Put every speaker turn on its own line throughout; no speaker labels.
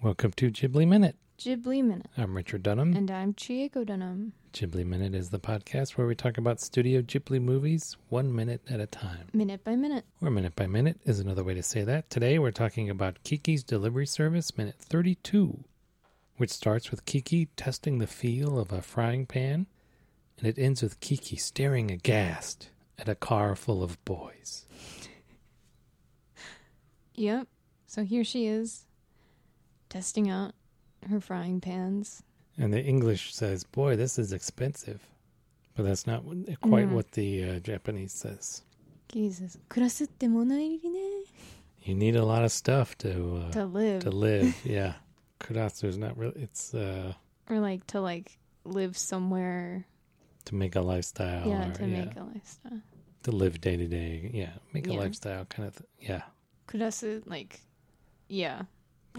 Welcome to Ghibli Minute.
Ghibli Minute.
I'm Richard Dunham.
And I'm Chieko Dunham.
Ghibli Minute is the podcast where we talk about Studio Ghibli movies one minute at a time.
Minute by minute.
Or minute by minute is another way to say that. Today we're talking about Kiki's Delivery Service Minute 32, which starts with Kiki testing the feel of a frying pan, and it ends with Kiki staring aghast at a car full of boys.
Yep. So here she is testing out her frying pans.
And the English says, "Boy, this is expensive," but that's not wh- quite
Mhm.
what the uh, Japanese says.
Jesus. 暮らすって物入りね。
You need a lot of stuff to uh,
To live.
to live. yeah, kudatsu is not really. It's uh,
or like to like live somewhere.
to make a lifestyle.
yeah,
or,
to
yeah,
make a lifestyle.
to live day to day. Yeah, make a
Yeah.
lifestyle kind of. Th- yeah,
暮らす, like, yeah.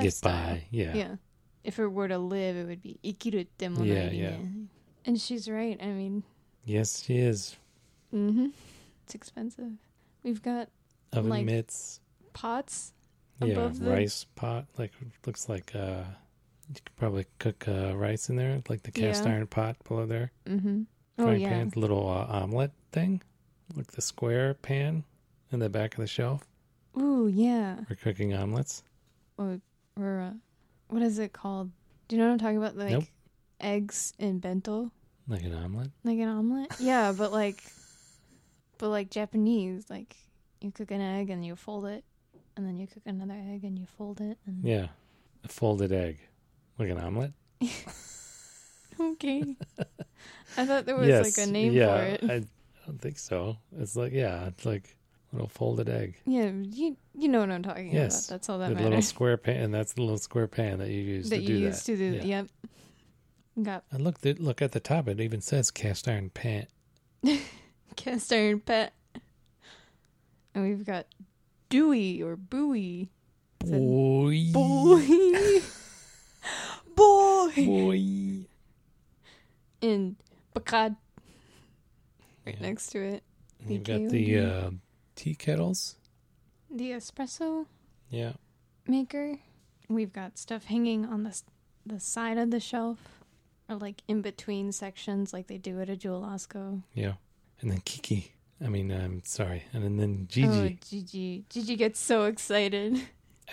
get by. Yeah.
Yeah. If it were to live, it would be 生きるって物入りね.
Yeah, yeah.
And she's right. I mean,
Yes, she is.
mm-hmm. it's expensive. We've got
Oven
Like-
mitts.
pots.
Yeah,
above the-
rice pot. Like looks like uh, you could probably cook uh, rice in there, like the cast
Yeah.
iron pot below there.
Mm-hmm. Oh,
frying
yeah.
pan, the little uh, omelet thing, like the square pan in the back of the shelf
Ooh, yeah.
for cooking omelets.
Or uh, what is it called? Do you know what I'm talking about? Like
Nope.
eggs and bento,
Like an omelet.
like an omelet. Yeah, but like, but like Japanese, like you cook an egg and you fold it, and then you cook another egg and you fold it. And
Yeah, a folded egg, like an omelet.
okay. I thought there was
yes,
Oh, like a name
yeah,
for it.
I don't think so. It's like yeah, it's like a little folded egg.
Yeah, you you know what I'm talking
Yes,
about. That's all
The
that
little
matters.
square pan. And that's the little square pan that you use
That
to
you
do
used
that.
to
Yeah.
do. Yep. Got
And look, th- look at the top. It even says cast iron pan.
cast iron pet, and we've got Dewey or Buoy. It's a
Boy,
Boy. Boy.
boy.
And Bacad right
Yeah.
next to it.
And You've
Thank
got the
you.
uh, tea kettles.
The espresso
Yeah.
maker. We've got stuff hanging on the, s- the side of the shelf or like in between sections like they do at a Jewel Osco.
Yeah. And then Kiki. I mean, I'm sorry. And then Gigi.
Oh, Gigi. Gigi gets so excited.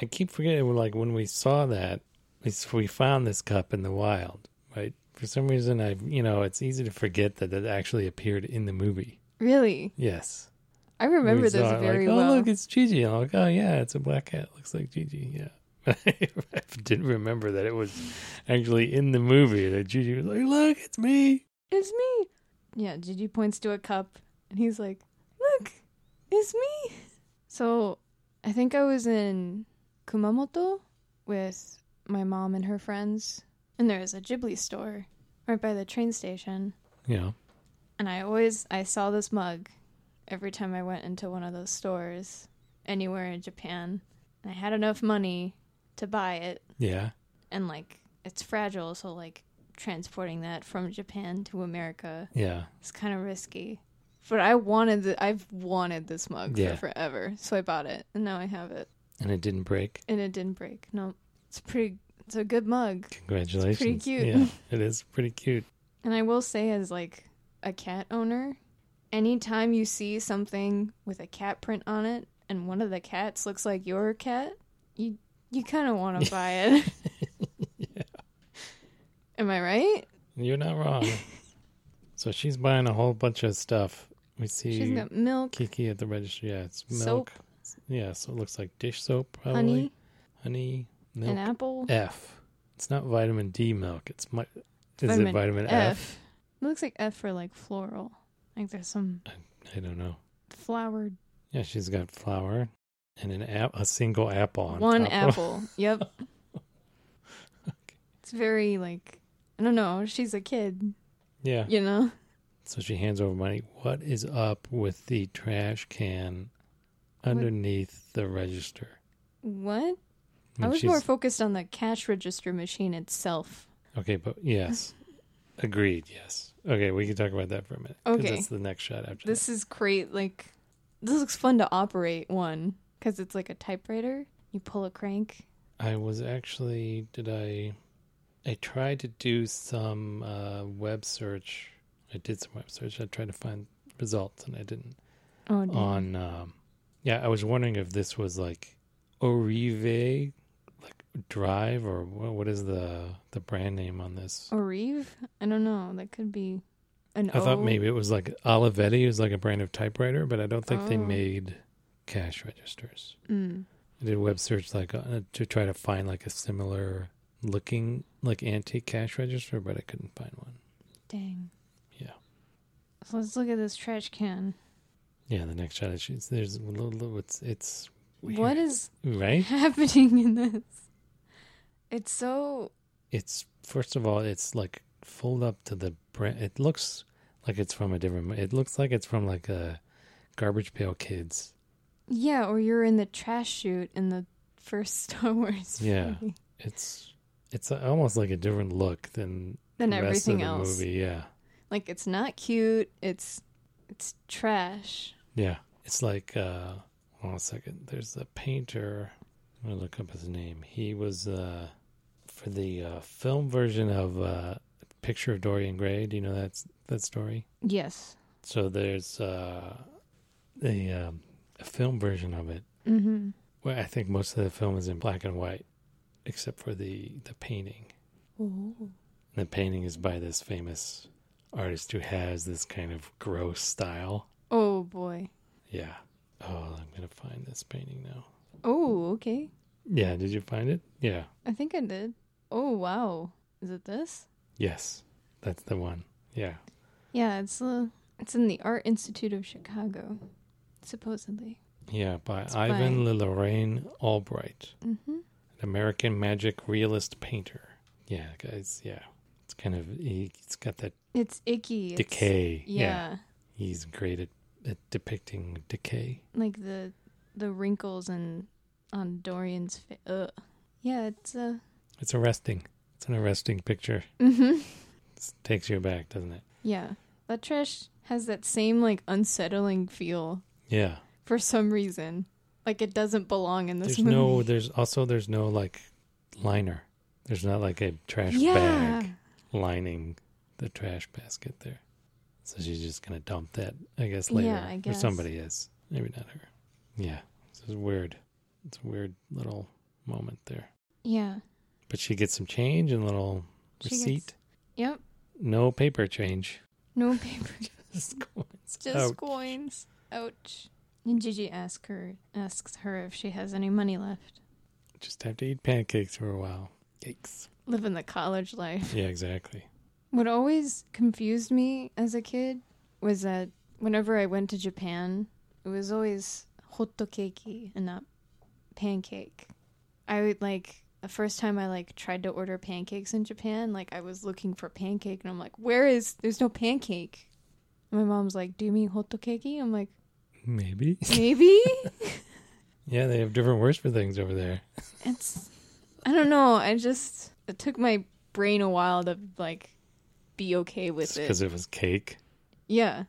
I keep forgetting, we're like, when we saw that, we, s- we found this cup in the wild, right? For some reason, I, you know, it's easy to forget that it actually appeared in the movie.
Really?
Yes.
I remember
We
those
saw it,
very
like,
well.
Oh, look, it's Gigi. I'm like, oh, yeah, it's a black cat. Looks like Gigi. Yeah. I didn't remember that it was actually in the movie that Gigi was like, look, it's me.
It's me. Yeah, Gigi points to a cup and he's like, Look, it's me. So I think I was in Kumamoto with my mom and her friends, and there was a Ghibli store right by the train station.
You know,
And I always I saw this mug every time I went into one of those stores anywhere in Japan. And I had enough money to buy it
yeah.
and like it's fragile, so like transporting that from Japan to America
Yeah.
it's kind of risky. But I wanted the, I've wanted this mug
Yeah.
for forever, so I bought it, and now I have it,
And it didn't break.
and it didn't break. No, it's pretty. It's a good mug,
Congratulations.
cute.
Yeah, it is pretty cute.
and I will say, as like a cat owner, anytime you see something with a cat print on it, and one of the cats looks like your cat, you you kind of want to buy it. Am I right?
You're not wrong. so she's buying a whole bunch of stuff. We see
She's got milk,
Kiki at the register. Yeah, it's
soap,
milk. Yeah, so it looks like dish soap, probably.
honey,
Honey,
an
milk.
apple.
F. It's not vitamin D milk. It's mi- Is it
Vitamin
vitamin F?
F. It looks like F for like floral. Like there's some
I don't know.
flowered
Yeah, she's got flour and an app, a single apple on top
one
of-
apple. yep. It's very like I don't know. She's a kid,
yeah.
you know.
So she hands over money. What is up with the trash can underneath the register?
What? I
And
was
she's-
more focused on the cash register machine itself.
Okay, but yes. Agreed, yes. Okay, we can talk about that for a minute. 'cause
Okay.
That's the next shot after this.
This is great. Like this looks fun to operate one because it's like a typewriter. You pull a crank
I was actually did I I tried to do some uh, web search. I did some web search. I tried to find results and I didn't
Oh, dear.
on um yeah, I was wondering if this was like Orive like Drive or what, what is the the brand name on this?
Orive? I don't know. That could be an
I thought
O.
maybe it was like Olivetti is like a brand of typewriter, but I don't think they
Oh.
made cash registers.
Mm.
I did a web search like uh, to try to find like a similar looking like antique cash register, but I couldn't find one.
Dang.
Yeah.
So let's look at this trash can.
Yeah, the next shot is she's- there's a little, little- it's it's weird,
What is
right?
happening in this? It's so
It's first of all, it's like full up to the brand. It looks like it's from a different. It looks like it's from like a garbage pail kids.
yeah. Or you're in the trash chute in the first Star Wars.
Yeah.
movie
It's it's almost like a different look than
Than
the rest
everything
of the
else.
movie. Yeah,
Like it's not cute. It's it's trash.
yeah. It's like uh, hold on a second. There's a painter. I'm gonna look up his name. He was uh, for the uh, film version of uh, Picture of Dorian Gray. Do you know that that story?
Yes.
So there's uh, a, um, a film version of it
Mm-hmm.
where I think most of the film is in black and white, except for the the painting.
Oh.
And the painting is by this famous artist who has this kind of gross style.
Oh boy.
Yeah. Oh, I'm gonna find this painting now.
Oh okay.
Yeah. Did you find it? Yeah.
I think I did. Oh wow. Is it this?
Yes. That's the one. Yeah.
Yeah. It's uh, it's in the Art Institute of Chicago, supposedly.
Yeah. By
It's
Ivan Lilloraine Albright,
Mm-hmm.
an American magic realist painter. Yeah, guys. Yeah. It's kind of it's got that
It's icky. It's,
decay.
Yeah,
He's great at, at depicting decay.
like the the wrinkles and on Dorian's face. Ugh. Yeah, it's uh.
It's arresting. It's an arresting picture.
hmm
It takes you back, doesn't it?
Yeah, that trash has that same like unsettling feel
Yeah.
for some reason. Like it doesn't belong in this
There's
movie.
no there's also there's no like liner. There's not like a trash
yeah.
bag lining the trash basket there. So she's just gonna dump that, I guess, later.
Yeah, I
Or
guess.
somebody is. Maybe not her. Yeah. This is weird. It's a weird little moment there.
Yeah.
But she gets some change and a little
She gets-
receipt.
Yep.
No paper change.
No paper.
Just coins.
Just
Ouch.
coins. Ouch. And Gigi asks her asks her if she has any money left.
Just have to eat pancakes for a while. Yikes.
Living the college life.
Yeah, exactly.
What always confused me as a kid was that whenever I went to Japan, it was always hotokeki and not pancake. I would like the first time I like tried to order pancakes in Japan, like I was looking for pancake and I'm like, "Where is there's no pancake?" My mom's like, "Do you mean hotokeki?" I'm like,
Maybe.
"Maybe?"
Yeah, they have different words for things over there.
it's I don't know. I just it took my brain a while to like be okay with it.
Because it was cake.
Yeah.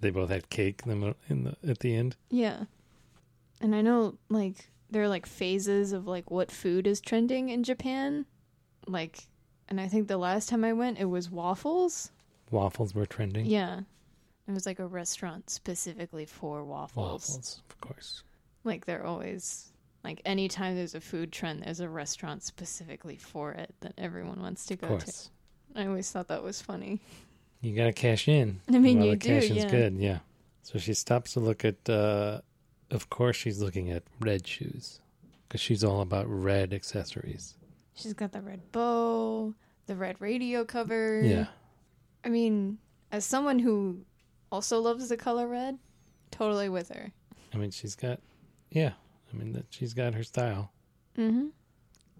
They both had cake in the, mo- in the at the end.
Yeah. And I know like there are like phases of like what food is trending in Japan. Like and I think the last time I went it was waffles.
Waffles were trending.
Yeah. It was like a restaurant specifically for waffles.
Waffles, of course.
Like they're always like anytime there's a food trend there's a restaurant specifically for it that everyone wants to
Of
go to.
course.
I always thought that was funny.
You got to cash in.
I mean,
Well,
you
the
do,
cash in's
yeah.
good, yeah. So she stops to look at, uh, of course, she's looking at red shoes. Because she's all about red accessories.
She's got the red bow, the red radio cover.
Yeah.
I mean, as someone who also loves the color red, totally with her.
I mean, she's got, yeah. I mean, that she's got her style.
Mm-hmm.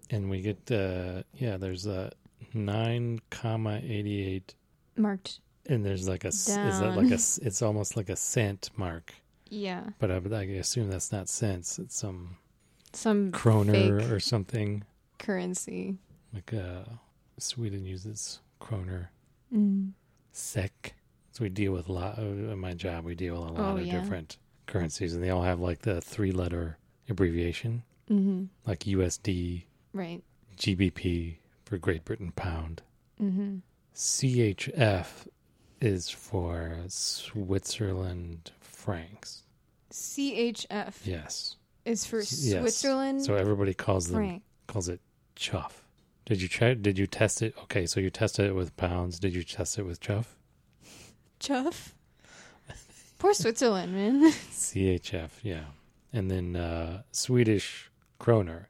and we get uh yeah there's a 9 comma 88
Marked.
and there's like a s- is that like a s- it's almost like a cent mark
Yeah.
but I, would- I assume that's not cents it's some
Some
kroner
fake
or something
currency.
like uh sweden uses kroner
Mm.
sec so we deal with a lot uh, in my job we deal with a lot
Oh,
of
yeah.
different currencies and they all have like the three letter abbreviation
Mm-hmm.
like USD,
Right.
GBP for Great Britain pound.
Mm-hmm.
CHF is for Switzerland francs.
CHF
Yes.
is for
S- yes.
Switzerland
So everybody calls them
franc.
calls it chuff. Did you try did you test it? Okay, so you tested it with pounds. Did you test it with chuff?
Chuff. Poor Switzerland, man.
CHF, yeah. And then uh Swedish kroner,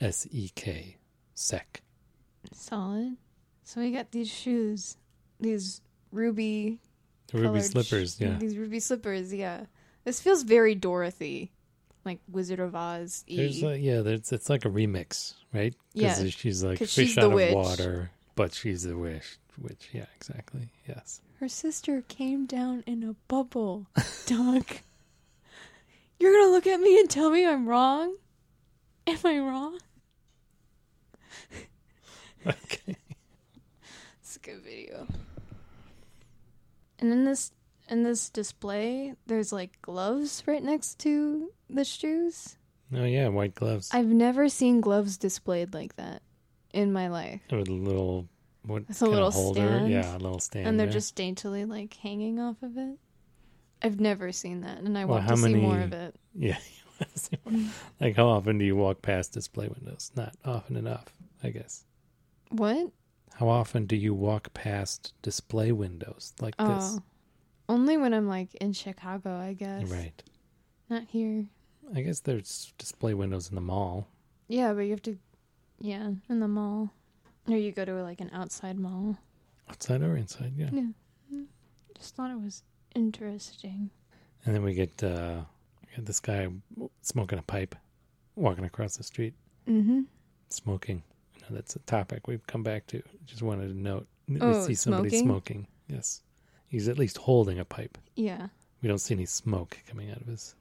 S E K, sek.
Solid. So we got these shoes, these ruby
Ruby
colored sh-
slippers, yeah.
These ruby slippers, yeah. This feels very Dorothy, like Wizard of Oz.
There's like, yeah, there's, it's like a remix, right?
Yeah,
she's like
'cause
fish
she's the
out of
witch.
water, but she's a witch. Witch, yeah, exactly. Yes,
Her sister came down in a bubble, Doug. You're gonna look at me and tell me I'm wrong? Am I wrong?
okay.
It's a good video. And in this in this display, there's like gloves right next to the shoes.
Oh yeah, white gloves.
I've never seen gloves displayed like that in my life.
With a little what?
It's a
kinda
little
holder.
stand.
Yeah, a little stand.
and they're
there.
just daintily like hanging off of it. I've never seen that, and I
Well,
want
how
to see more
many-
of it.
yeah. like how often do you walk past display windows? Not often enough, I guess.
What?
How often do you walk past display windows like
Oh,
this?
only when I'm like in Chicago, I guess.
Right.
Not here.
I guess there's display windows in the mall.
Yeah, but you have to. Yeah, in the mall, or you go to like an outside mall.
Outside or inside, yeah.
Just thought it was interesting.
And then we get uh, we get this guy smoking a pipe, walking across the street,
Mm-hmm.
smoking. I know that's a topic we've come back to. Just wanted to note that
Oh,
we see somebody
smoking?
smoking. Yes, he's at least holding a pipe.
Yeah.
We don't see any smoke coming out of his.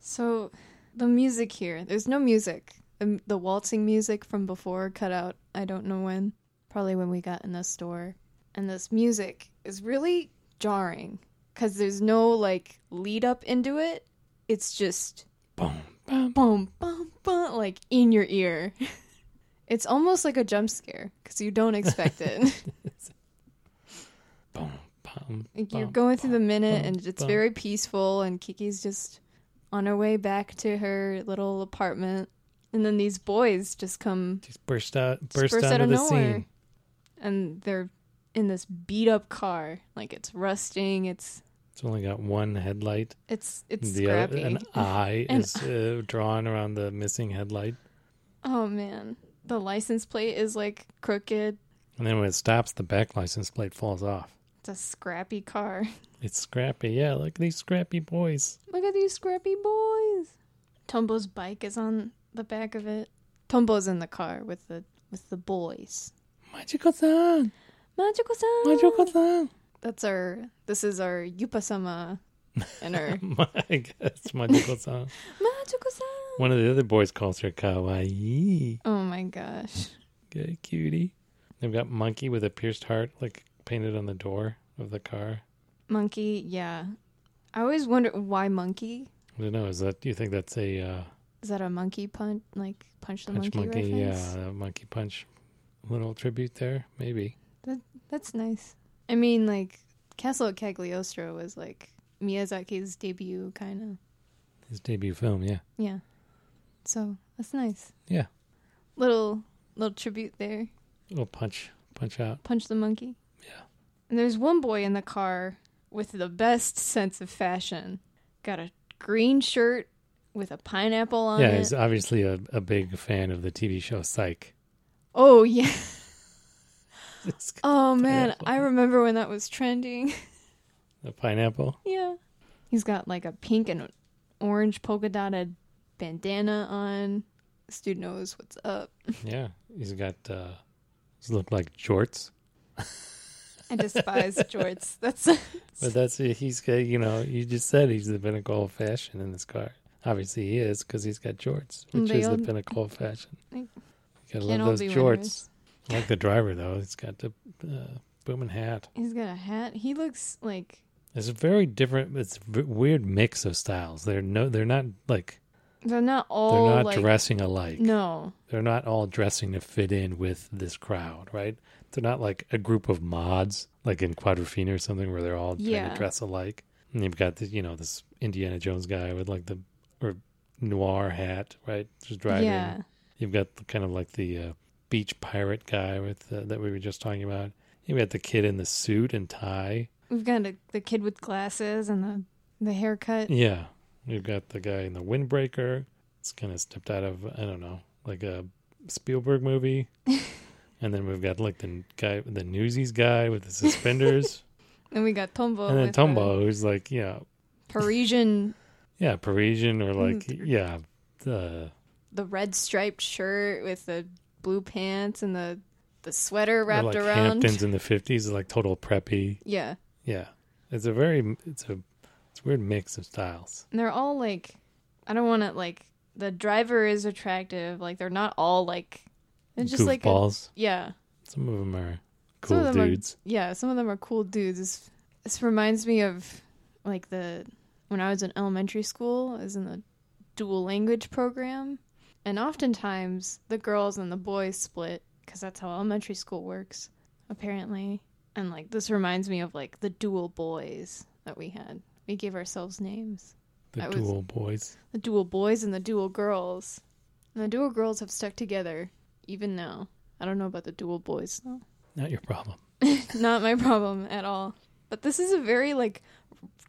So the music here, there's no music. The, the waltzing music from before cut out. I don't know when. Probably when we got in the store. And this music is really jarring because there's no like lead up into it. It's just
Boom, boom.
boom, boom, boom, like in your ear. it's almost like a jump scare because you don't expect it.
Boom, boom.
like you're
Bum,
going through the minute
bum,
and it's
bum.
very peaceful and kiki's just on her way back to her little apartment and then these boys just come
Just burst out,
just
burst, onto the scene.
and they're in this beat up car like it's rusting it's
It's only got one headlight.
it's it's
the
scrappy
other, an eye
An
is uh, drawn around the missing headlight.
oh man the license plate is like crooked
And then when it stops, the back license plate falls off.
it's a scrappy car
It's scrappy. Yeah, look at these scrappy boys.
look at these scrappy boys tombo's bike is on the back of it tombo's in the car with the with the boys
Majiko-san!
Magical sound.
Majiko-san!
That's our. This is our Yupa-sama and her
I guess Majiko-san.
magical sound.
One of the other boys calls her kawaii.
Oh my gosh.
Good cutie. They've got monkey with a pierced heart, like painted on the door of the car.
Monkey, yeah. I always wonder why monkey.
I don't know. Is that? Do you think that's a uh,
Is that a monkey punch? Like punch the
punch
monkey,
monkey?
reference?
yeah, a monkey punch. Little tribute there, maybe.
That's nice. I mean, like Castle at Cagliostro was like Miyazaki's debut, kind of.
His debut film. Yeah.
Yeah. So that's nice.
Yeah.
Little little tribute there.
Little punch, punch out.
Punch the monkey.
Yeah.
And there's one boy in the car with the best sense of fashion. Got a green shirt with a pineapple on
yeah,
it.
he's obviously a, a big fan of the TV show Psych.
oh yeah.
It's got
Oh man,
Pineapple.
I remember when that was trending.
the pineapple.
yeah. He's got like a pink and orange polka dotted bandana on. This dude knows what's up.
Yeah, he's got. uh These look like jorts.
I despise jorts. That's
But that's he's got. You know, you just said he's the pinnacle of fashion in this car. Obviously, he is because he's got jorts,
And
which
they
is
all-
the pinnacle of fashion. You
They
gotta
can't all
love
be
those
winners.
jorts. I like the driver though. He's got the uh, booming hat.
He's got a hat. He looks like
It's a very different. It's a v- weird mix of styles. They're no. They're not like
They're not all.
They're not
like,
dressing alike.
No.
They're not all dressing to fit in with this crowd, right? They're not like a group of mods, like in Quadrophenia or something, where they're all trying
Yeah.
to dress alike. And you've got the, you know this Indiana Jones guy with like the or noir hat, right? Just driving.
Yeah.
You've got the, kind of like the uh, beach pirate guy with uh, that we were just talking about. You've got the kid in the suit and tie.
We've got a, the kid with glasses and the the haircut.
Yeah, you've got the guy in the windbreaker. It's kind of stepped out of I don't know, like a Spielberg movie. and then we've got like the guy, the Newsies guy with the suspenders,
And we got Tombo.
and then
with the
Tombo, who's like you know,
Parisian,
yeah, Parisian or like
Mm.
yeah, the
the red striped shirt with the blue pants and the the sweater
or,
wrapped
like
around.
Hamptons in the fifties, like total preppy.
Yeah.
Yeah, it's a very it's a it's a weird mix of styles.
And they're all like I don't want to like the driver is attractive. Like they're not all like it's just like a,
Goofballs.
yeah.
Some of them are
Some
cool
of them are-
dudes.
Yeah, some of them are cool dudes. This, this reminds me of like the when I was in elementary school, I was in the dual language program, and oftentimes the girls and the boys split because that's how elementary school works, apparently. And like this reminds me of like the dual boys that we had. We gave ourselves names, I
The
was-
dual boys.
the dual boys and the dual girls. And the dual girls have stuck together even now. I don't know about the dual boys though.
Not your problem.
not my problem at all. But this is a very like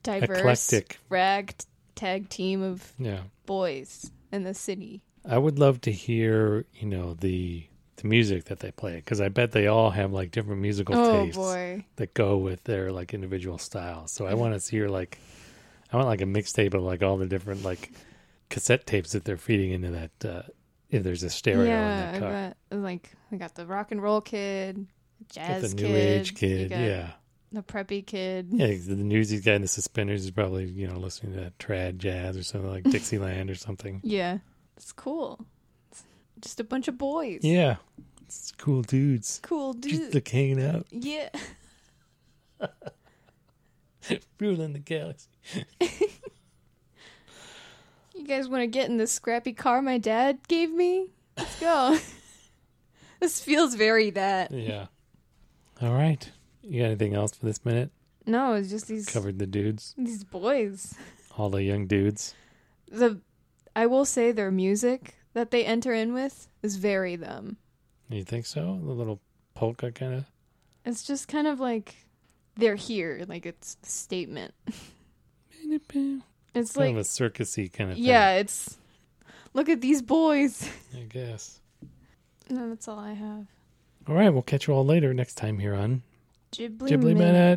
diverse
Eclectic.
ragtag team of
Yeah.
boys in the city.
I would love to hear, you know, the the music that they play because I bet they all have like different musical
oh
tastes
boy.
that go with their like individual styles. So I want to hear like I want like a mixtape of like all the different like cassette tapes that they're feeding into that uh if there's a stereo
yeah,
in that car.
I bet. Like we got the rock and roll kid,
Got
jazz
the new
kid,
age
you
kid,
got
yeah.
the preppy kid.
Yeah, the newsies guy in the suspenders is probably, you know, listening to that trad jazz or something like Dixieland or something.
Yeah, it's cool. It's just a bunch of boys.
Yeah. It's cool dudes.
cool
Just
dude.
the cane out.
yeah,
Ruling the galaxy.
you guys want to get in this scrappy car my dad gave me? Let's go. this feels very that.
Yeah. All right. You got anything else for this minute?
No, it's just these
Covered the dudes,
these boys.
all the young dudes.
The I will say their music that they enter in with is very them.
You think so? The little polka kind of.
It's just kind of like they're here, like it's a statement.
Kind
It's
of a
like
circusy kind of thing.
yeah, it's look at these boys.
I guess.
No, that's all I have.
All right. We'll catch you all later next time here on
Ghibli,
Ghibli
Minute.
Minute.